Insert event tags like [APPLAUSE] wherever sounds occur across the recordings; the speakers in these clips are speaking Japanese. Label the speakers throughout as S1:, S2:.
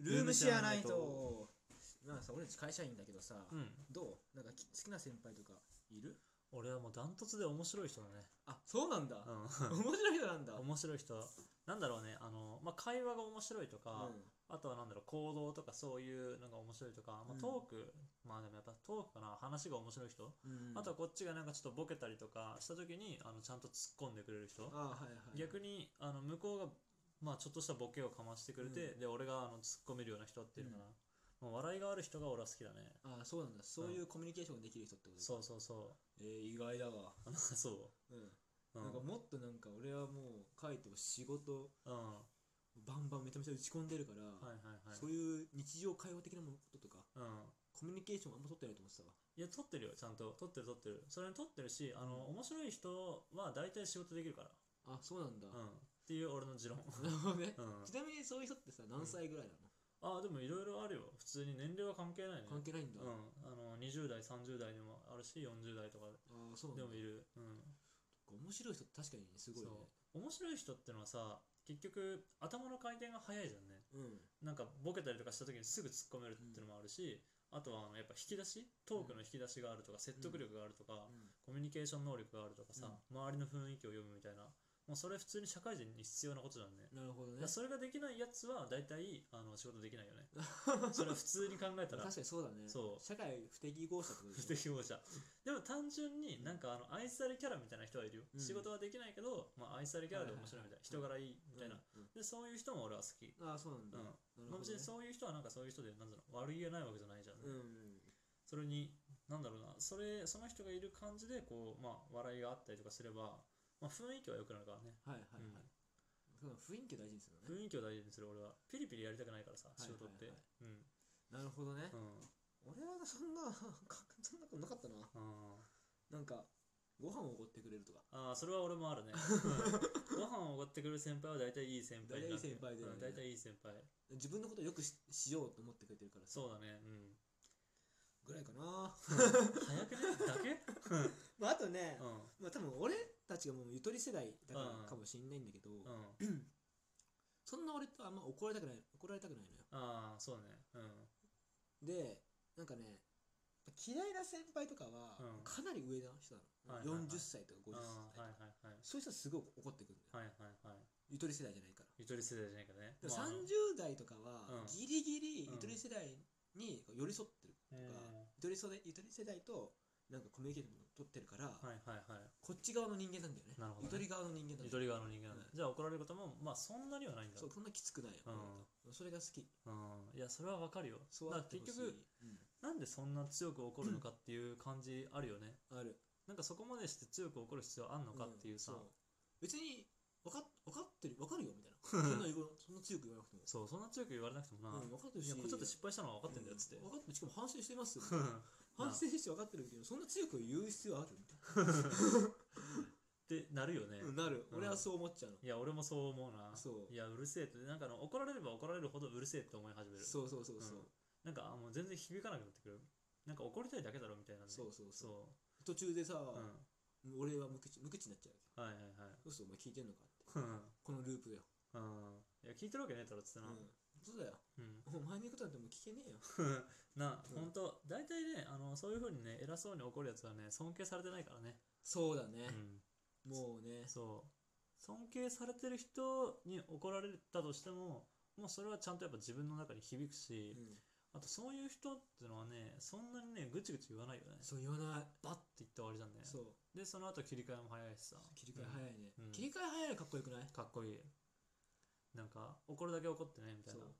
S1: ルームシェアナイトまあさ俺たち会社員だけどさ、
S2: うん
S1: どうなんかき好きな先輩とかいる
S2: 俺はもうダントツで面白い人だね
S1: あそうなんだ、
S2: う
S1: [LAUGHS] 面白い人なんだ
S2: ん [LAUGHS] 面白い人なんだろうねあの、まあ、会話が面白いとか、あとはなんだろう行動とかそういうのが面白いとか、ま
S1: うん
S2: あ、トーク、まあでもやっぱトークかな話が面白い人、
S1: うんうん
S2: あとはこっちがなんかちょっとボケたりとかした時にあのちゃんと突っ込んでくれる人
S1: あはいはい
S2: 逆
S1: に
S2: にあの向こうが、まあ、ちょっとしたボケをかましてくれて、
S1: う
S2: で俺があの突っ込めるような人っていうのかな、もう笑いがある人が俺は好きだね
S1: ああそうなんだそういうコミュニケーションができる人ってことか
S2: そうそうそ
S1: えー意外だわ
S2: う [LAUGHS] そ
S1: うん
S2: う、うん
S1: なんかもっとなんか俺はもう書いても仕事
S2: うん、は
S1: バンバンめちゃめちゃ打ち込んでるから、
S2: いはいはい
S1: そういう日常会話的なものこととか
S2: うん
S1: コミュニケーションあんま取ってないと思ってたわ
S2: いや撮ってるよちゃんと撮ってる撮ってるそれに撮ってるしあの、
S1: うん
S2: 面白い人は大体仕事できるから
S1: あそうなんだ、
S2: うんっていう俺の持論
S1: なるほどね
S2: うん
S1: ちなみにそういう人ってさ何歳ぐらいなの、
S2: あでもいろいろあるよ普通に年齢は関係ないね
S1: 関係ないんだ、
S2: うん、あの20代30代でもあるし40代とか
S1: ああそうなん
S2: で
S1: だ
S2: もいる、うん、
S1: 面白い人って確かにすごいね
S2: そう面白い人ってのはさ結局頭の回転が早いじゃんね
S1: うん
S2: なんかボケたりとかした時にすぐ突っ込めるっていうのもあるし、あとはあのやっぱ引き出しトークの引き出しがあるとか説得力があるとか、コミュニケーション能力があるとかさ、周りの雰囲気を読むみたいなもうそれ普通に社会人に必要なことじゃんね、
S1: なるほど
S2: い
S1: ね
S2: やそれができないやつは大体あの仕事できない
S1: [LAUGHS]
S2: よねそれは普通に考えたら
S1: 確かにそうだね
S2: そう
S1: 社会不適合者ってこと
S2: 不
S1: だよね
S2: 適合者でも単純になんかあの愛されキャラみたいな人はいるよ、
S1: うん
S2: 仕事はできないけど、まあ、愛されキャラで面白いみたいな、人柄いいみたいな、
S1: うん
S2: でそういう人も俺は好き、う
S1: うんああそうなんだ、
S2: ん
S1: なる
S2: ま
S1: ほ
S2: あ、
S1: ど、
S2: 別
S1: ね
S2: に、そういう人はなんかそういう人でなんだろう悪気がないわけじゃないじゃん、
S1: うんうん
S2: それになんだろうなそれその人がいる感じでこう、まあ、笑いがあったりとかすれば、まあ、雰囲気は良くなるからね
S1: はいはいはい、その雰囲気大事ですよね
S2: 雰囲気を大事にする俺はピリピリやりたくないからさ
S1: いは
S2: 仕
S1: い
S2: 事
S1: はい
S2: って、うん
S1: なるほどね、
S2: うん
S1: 俺はそんな [LAUGHS] そんなことなかったな
S2: あー
S1: なんかご飯をおごってくれるとか
S2: ああそれは俺もあるね、
S1: [LAUGHS]
S2: うんご飯をおごってくれる先輩は大体いい先輩になって
S1: 大体いい先輩だよね
S2: うん大体いい先輩
S1: 自分のことをよくししようと思ってくれてるからさ
S2: そうだね
S1: [LAUGHS]
S2: うん
S1: ぐらいかな [LAUGHS]
S2: 早くねだけ
S1: まああとね、
S2: うん
S1: まあ多分俺たちがもうゆとり世代だからかもしんないんだけど、
S2: うん
S1: [LAUGHS] そんな俺とあんま怒られたくない怒られたくないのよ
S2: ああそうだねうん
S1: でなんかね嫌いな先輩とかは
S2: うん
S1: かなり上の人なの、
S2: はいはいはい
S1: 40歳とか50歳と
S2: ああ
S1: か、
S2: はいはいはい
S1: そういう人はすごい怒ってくるんだよ、
S2: はいはいはい
S1: ゆとり世代じゃないから
S2: ゆとり世代じゃないかね
S1: でも
S2: まああの
S1: 30代とかは
S2: うん
S1: ギリギリ
S2: うん
S1: ゆとり世代に寄り添ってる
S2: うん
S1: とか、ゆとり世代ゆとり世代となんかコミュニケーションを取ってるから、
S2: はいはいはい
S1: こっち側の人間なんだよね
S2: なるほどね
S1: ゆとり側の人間なん
S2: ゆ
S1: だ
S2: と
S1: よ
S2: り側の人間なんだ
S1: うん
S2: じゃあ怒られることもまあそんなにはないんだ
S1: そうそんなきつくないよ、それが好き
S2: うんいやそれはわかるよ
S1: そうあ
S2: だ
S1: っ
S2: か
S1: て
S2: ら
S1: ほ
S2: 結
S1: しい
S2: 局なんでそんな強く怒るのかっていう感じあるよね
S1: うん、ある
S2: なんかそこまでして強く怒る必要あんのかっていうさ
S1: んそ別に分かっ分かってる分かるよみたいな
S2: [LAUGHS]
S1: そんな言わそんな強く言わなくても
S2: そうそんな強く言われなくてもな
S1: うん、分かってる
S2: い
S1: し
S2: やこれちょっと失敗したのは分かってんだよっつって
S1: う分かっ
S2: [LAUGHS]
S1: てるしかも反省してますよ
S2: うん
S1: 反省して分かってるけどそんな強く言う必要あるみたい
S2: って [LAUGHS] なるよね
S1: な、うんなる
S2: うん
S1: [LAUGHS] 俺はそう思っちゃうの
S2: いや俺もそう思うな
S1: そう
S2: いやうるせえってなんかあの怒られれば怒られるほどうるせえって思い始める
S1: そうそうそうそう、
S2: うんなんかあもう全然響かなくなってくるなんか怒りたいだけだろみたいなね
S1: そうそうそう
S2: そ
S1: 途中でさ、
S2: ううん
S1: 俺は無口無口になっちゃうわ
S2: はいはいはい
S1: けそうするとお前聞いてんのかっ
S2: う
S1: て
S2: ん
S1: このループだよ、
S2: うんいや聞いてるわけねえだろっつって
S1: う、
S2: なん
S1: そうだよ
S2: うん
S1: お前の言うことなんてもう聞けねえよ
S2: [LAUGHS] な
S1: うん
S2: ほんと大体ねあのそういうふうにね偉そうに怒るやつはね尊敬されてないからね
S1: そうだ
S2: う
S1: ね、
S2: ん
S1: もうね
S2: そう尊敬されてる人に怒られたとしてももうそれはちゃんとやっぱ自分の中に響くし、
S1: うん
S2: あとそういう人ってのはねそんなにねぐちぐち言わないよね
S1: そう言わない
S2: バッて言って終わりじゃんね
S1: そう
S2: でその後切り替えも早いしさ
S1: 切り替え早いね、
S2: うん
S1: 切り替え早いのかっこよくない
S2: うんかっこいいなんか怒るだけ怒ってねみたいな
S1: そう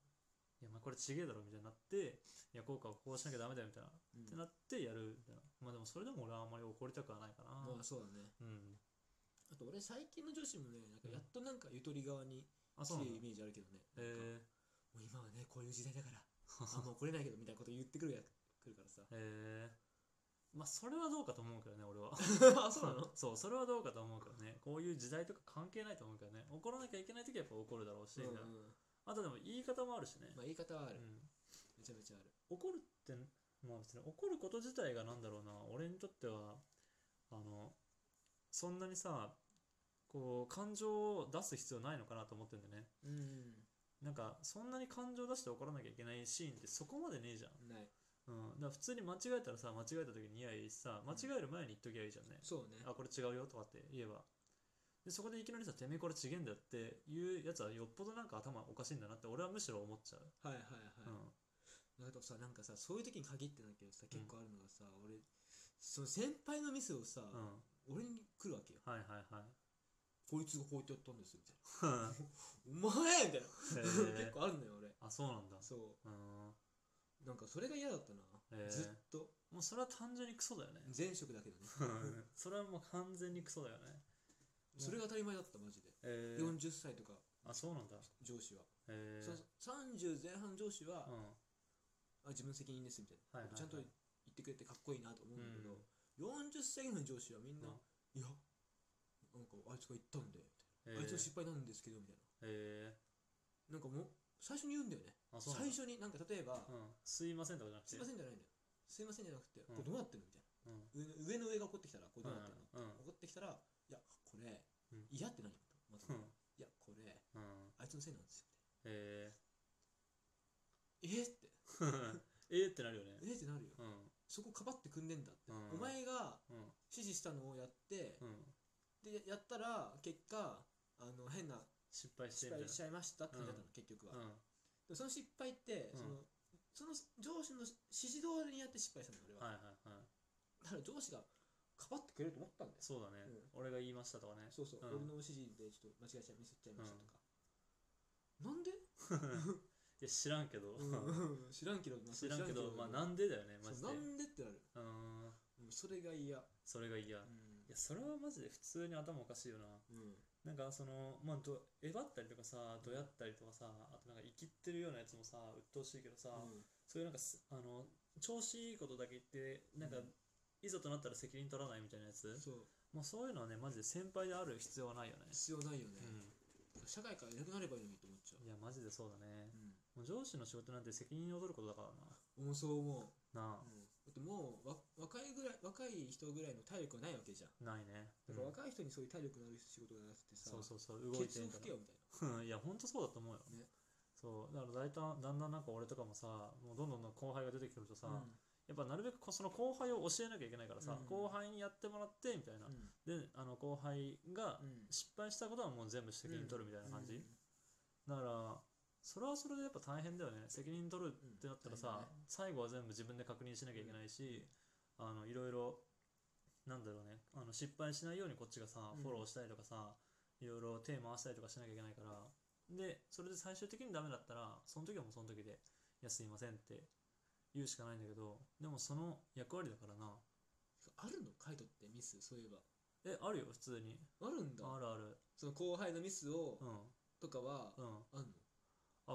S2: いやまあこれちげえだろみたいになっていや効果はこうしなきゃダメだよみたいな、
S1: うん
S2: ってなってやるみたいなまあでもそれでも俺はあんまり怒りたくはないかな
S1: まあそうだね
S2: うん
S1: あと俺最近の女子もねなんかやっとなんかゆとり側に
S2: あ
S1: 来
S2: そう
S1: て
S2: なんだ
S1: るイメージあるけどね
S2: え
S1: な
S2: ー、
S1: んかもう今はねこういう時
S2: [LAUGHS]
S1: 代だからあんま怒れないけどみたいなこと言ってくるやくるからさ
S2: えー、まあそれはどうかと思うけどね俺は
S1: [LAUGHS] あそうなの
S2: そうそれはどうかと思うけどねこういう時代とか関係ないと思うけどね怒らなきゃいけない時はやっぱ怒るだろうし、
S1: うんうん
S2: あとでも言い方もあるしね、
S1: まあ言い方はある、
S2: うん、
S1: めちゃめちゃある
S2: 怒るってまあ別に怒ること自体がなんだろうな俺にとってはあのそんなにさこう感情を出す必要ないのかなと思ってんだよね
S1: うん
S2: なんかそんなに感情出して怒らなきゃいけないシーンってそこまでねえじゃん、
S1: ない
S2: うん、だから普通に間違えたらさ間違えた時にいやいいしさ間違える前に言っときゃいいじゃんね、
S1: そうね
S2: あこれ違うよとかって言えばでそこでいきなりさてめえこれ違えんだよっていうやつはよっぽどなんか頭おかしいんだなって俺はむしろ思っちゃう、
S1: はいはいは
S2: う
S1: い、
S2: ん、
S1: あとさなんかさそういう時に限ってなんだけどさ結構あるのがさ、俺その先輩のミスをさ、
S2: うん、
S1: 俺に来るわけよ
S2: はいはいはい
S1: こいつがこうやってやったんですよみたい
S2: [LAUGHS] へ
S1: なお前みたいな、
S2: え
S1: [LAUGHS] 結構あるんだよ俺
S2: あそうなんだ
S1: そ
S2: うん
S1: うなんかそれが嫌だったな、
S2: へえ
S1: ずっと
S2: もうそれは単純にクソ [LAUGHS] だよね
S1: 前職だけどね
S2: それはもう完全にクソだよね
S1: それが当たり前だったマジで、
S2: えー、
S1: 40歳とか
S2: あそうなんだ
S1: 上司は、
S2: えー、
S1: そ30前半上司は、
S2: うん
S1: あ自分の責任ですみたい
S2: は
S1: な、
S2: いはいはい
S1: ちゃんと言ってくれてかっこいいなと思うんだけど、
S2: うん
S1: 40歳ぐらいの上司はみんな、
S2: うん
S1: いやなんかあいつが言ったんで、
S2: え
S1: あいつの
S2: ー、
S1: 失敗なんですけどみたい
S2: え
S1: ななんかもう最初に言うんだよね
S2: ー、あそうなん
S1: 最
S2: だ
S1: 初になんか例えば、
S2: うん、すいませんとかじゃなくて
S1: すいませんじゃないんだよすいませんじゃなくて、
S2: うん
S1: これどうなってるのみたいな
S2: うん
S1: 上の上の上が怒ってきたらこれどうなってるの、
S2: うんうん
S1: 怒ってきたらいやこれ、
S2: うん
S1: 嫌って何まず、
S2: うん
S1: いやこれ
S2: うん
S1: あいつのせいなんですよ
S2: え
S1: えー、って
S2: ー、えーってなるよね
S1: えー、ってなるよ
S2: うん
S1: そこかばってくんねんだって、
S2: うん
S1: お前が
S2: うん
S1: 指示したのをやって、
S2: うん
S1: でやったら結果あの変な
S2: 失敗して
S1: 失
S2: みたいな
S1: 敗しちゃいましたってなったの、結局は、
S2: う
S1: で
S2: ん
S1: もその失敗って、
S2: うん
S1: そのその上司の指示通りにやって失敗したの俺
S2: はい
S1: は、
S2: はいはい
S1: だから上司がかばってくれると思ったんだよ
S2: そうだね、
S1: う
S2: 俺が言いましたとかね
S1: そうそう、
S2: うん
S1: 俺の指示でちょっと間違えちゃいミスっちゃいましたとか、
S2: [LAUGHS]
S1: なんで、
S2: いや知らんけど、
S1: うん知らんけど、まあ
S2: 知らんけどまあなんで
S1: で
S2: だよねマジで
S1: そうなんでってなる、
S2: うーん
S1: うんそれが嫌、う
S2: それが嫌、い
S1: ん
S2: やそれはマジで普通に頭おかしいよな
S1: うん
S2: なんかそのまあどえばったりとかさどやったりとかさあとなんか生きってるようなやつもさ鬱陶しいけどさ、
S1: うん
S2: そういうなんかすあの調子いいことだけ言ってなんか、
S1: うん
S2: いざとなったら責任取らないみたいなやつ
S1: そう
S2: もうそういうのはねマジで先輩である必要はないよね
S1: 必要ないよね、
S2: う
S1: 社会からいなくなればいいのにと思っちゃ
S2: んいやマジでそうだねもう
S1: う、
S2: 上司の仕事なんて責任を取ることだから
S1: うん、もうそう思う
S2: ななあ、
S1: だってもうわ若いぐらい若い人ぐらいの体力がないわけじゃん
S2: ないね
S1: だか
S2: うん
S1: ら若い人にそういう体力のある仕事がなくてさ、
S2: そうそうそう動いて
S1: ケツを
S2: んだ
S1: 吹けよみたいな
S2: うんいや本当そうだと思うよ、
S1: ね
S2: そうだから大体だんだんなんか俺とかもさもうどんどん後輩が出てくるとさ、
S1: うん
S2: やっぱなるべくこうその後輩を教えなきゃいけないからさ、
S1: うん
S2: 後輩にやってもらってみたいな、
S1: うん
S2: であの後輩が
S1: うん
S2: 失敗したことはもう全部責任取るみたいな感じ、
S1: うん
S2: だからそれはそれでやっぱ大変だよね責任取るってなったら
S1: うん大
S2: さ、最
S1: 変
S2: 後は全部自分で確認しなきゃいけないし、あのいろいろなんだろうねあの失敗しないようにこっちがさ
S1: うん
S2: フォローしたりとかさ、いろいろ手回したりとかしなきゃいけないからでそれで最終的にダメだったらその時はもうその時で「いやすいません」って言うしかないんだけどでもその役割だからな
S1: あるのカイトってミスそうい
S2: え
S1: え
S2: あるよ普通に
S1: ばあるんだ
S2: あるある
S1: その後輩のミスを、
S2: うん
S1: とかは、
S2: うん
S1: あんの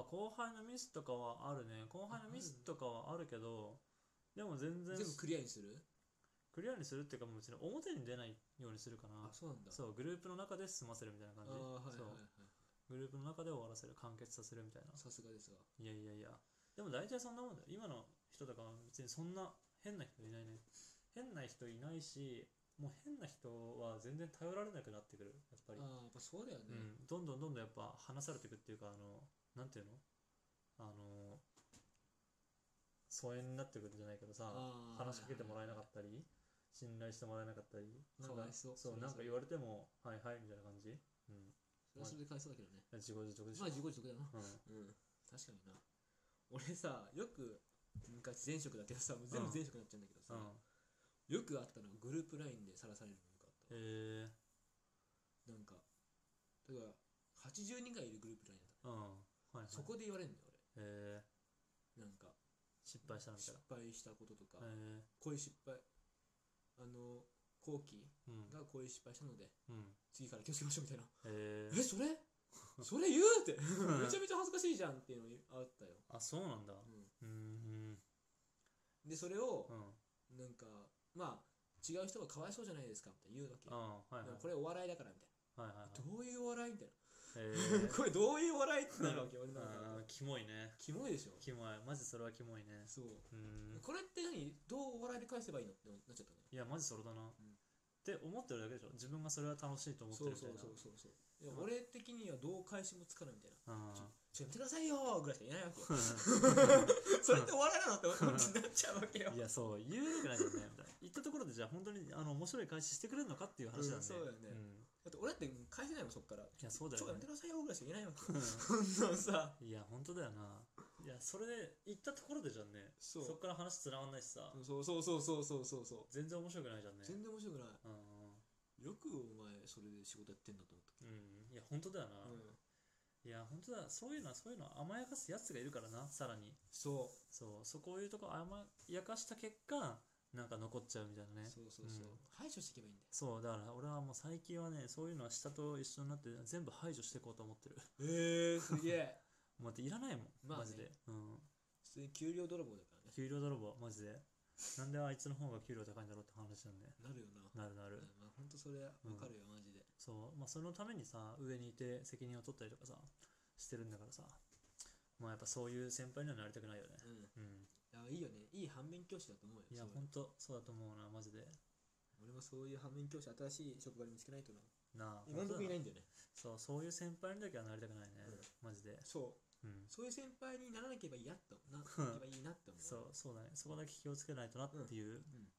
S2: あ後輩のミスとかはあるね後輩のミスとかはあるけどでも全然
S1: 全部クリアにする
S2: クリアにするっていうかもう別に表に出ないようにするかな
S1: あそうなんだ
S2: そうグループの中で済ませるみたいな感
S1: あ
S2: じ、
S1: ーはいはい
S2: そうグ
S1: は
S2: ループの中で終わらせる完結させるみたいない
S1: さすがですわ
S2: いやいやいやでも大体そんなもんだよ今の人とかは別にそんな変な人いないね変な人いないしもう変な人は全然頼られなくなってくるやっぱり
S1: あーやっぱそうだよね、
S2: うん、どんどんどんどんやっぱ離されていくっていうかあのなんていうのあの疎遠になってくるんじゃないけどさ
S1: あー
S2: 話しかけてもらえなかったり信頼してもらえなかったりなん
S1: かわいそう
S2: そ
S1: そう
S2: な
S1: れは
S2: んか
S1: それ
S2: 言われてもはいはいみたいな感じうん
S1: それはそれで返そうだけどね
S2: 自業自得でしょ
S1: まあ自業自得だな
S2: うん
S1: うん確かにな俺さよく昔前職だけどさもう全部前職になっちゃうんだけどさ、
S2: うん
S1: よくあったのがグループラインで晒されるのよかった、
S2: えー
S1: なんか例えば80人がいるグループラインだっ
S2: うんはいはい
S1: たそこで言われるんだよ
S2: えー
S1: 俺なんか
S2: 失敗したみたいな
S1: 失敗したこととか、
S2: え
S1: こういう失敗あの後期
S2: ーうん
S1: がこういう失敗したので
S2: うん
S1: 次から気をつけましょうみたいな、
S2: えー
S1: えそれそれ言うってめちゃめちゃ恥ずかしいじゃんっていうのあったよ、
S2: あそうなんだ
S1: う
S2: うんうん
S1: ん、でそれを
S2: うんうん
S1: なんかまあ違う人がかわいそうじゃないですかって言うわけよ
S2: はいはい
S1: でもこれお笑いだからみたい
S2: はいはいはい
S1: などういうお笑いみたい
S2: え
S1: な、
S2: ー
S1: これどういうお笑いってなるわけよ俺の中で
S2: あーキモいね
S1: キモいでしょ
S2: キモいマジそれはキモいね
S1: そう
S2: うーん
S1: これって何どうお笑いで返せばいいのってなっちゃったね
S2: いやマジそれだな、
S1: ん
S2: って思ってるだけでしょ自分がそれは楽しいと思って
S1: そ
S2: る
S1: う
S2: みた
S1: そ
S2: いうな
S1: そうそうそういや
S2: うん
S1: 俺的にはどう返しもつかないみたいな
S2: うん
S1: ちょやめてくださいよーぐらいしか言えないわけよ
S2: [LAUGHS] い
S1: それって終わらなのって思ってなっちゃうわけ
S2: [LAUGHS]
S1: よ
S2: やそう言うわけないよねみたいな言ったところでじゃあ本当にあの面白い返ししてくれるのかっていう話なんで、
S1: うんそうだよね
S2: ん
S1: だって俺だって返せないもんそっから
S2: いやそうだ
S1: ちょ
S2: よね
S1: やめてくださいよーぐらいしか言えないわけよ
S2: う
S1: そんなんさ
S2: んいや本当だよないやそれで言ったところでじゃんね
S1: そ
S2: そうっから話つながんないしさ、
S1: そうそうそうそうそうそうそう
S2: 全然面白くないじゃんね
S1: 全然面白くない
S2: うん
S1: よくお前それで仕事やってんだと思った
S2: うんいや本当だよな、
S1: うん
S2: いや本当だそういうのはそういうのは甘やかすやつがいるからなさらに
S1: そ
S2: そうそうこういうとこ甘やかした結果なんか残っちゃうみたいな
S1: う
S2: ね
S1: そうそうそう
S2: うん
S1: 排除していけばいいんだよ
S2: そうだから俺はもう最近はねそういうのは下と一緒になって全部排除していこうと思ってる [LAUGHS]
S1: えー、すげえ
S2: もうだっていらないもん、
S1: まあね
S2: マジで、うん、
S1: [LAUGHS] 普通に給料泥棒だからね
S2: 給料泥棒マジでなんであいつの方が給料高いんだろうって話なんで
S1: なるよな
S2: なるな
S1: う
S2: る
S1: んまあ本当それわかるよ、マジで
S2: そうまあそのためにさ上にいて責任を取ったりとかさしてるんだからさまあやっぱそういう先輩にはなりたくないよね
S1: うん
S2: うん
S1: いやいいよねいい反面教師だと思うよ
S2: いや
S1: そう
S2: ほんとそうだと思うなマジで
S1: 俺もそういう反面教師新しい職場に見つけないとな
S2: なあ
S1: 今の
S2: ほんと
S1: とこ
S2: だ
S1: いないんだよね
S2: そうそういう先輩にだけはなりたくないね、マジで
S1: そう
S2: うん
S1: そういう先輩にならなければいいやとななければいいなって思う
S2: そうそうだねそこだけ気をつけないとなっていう
S1: うん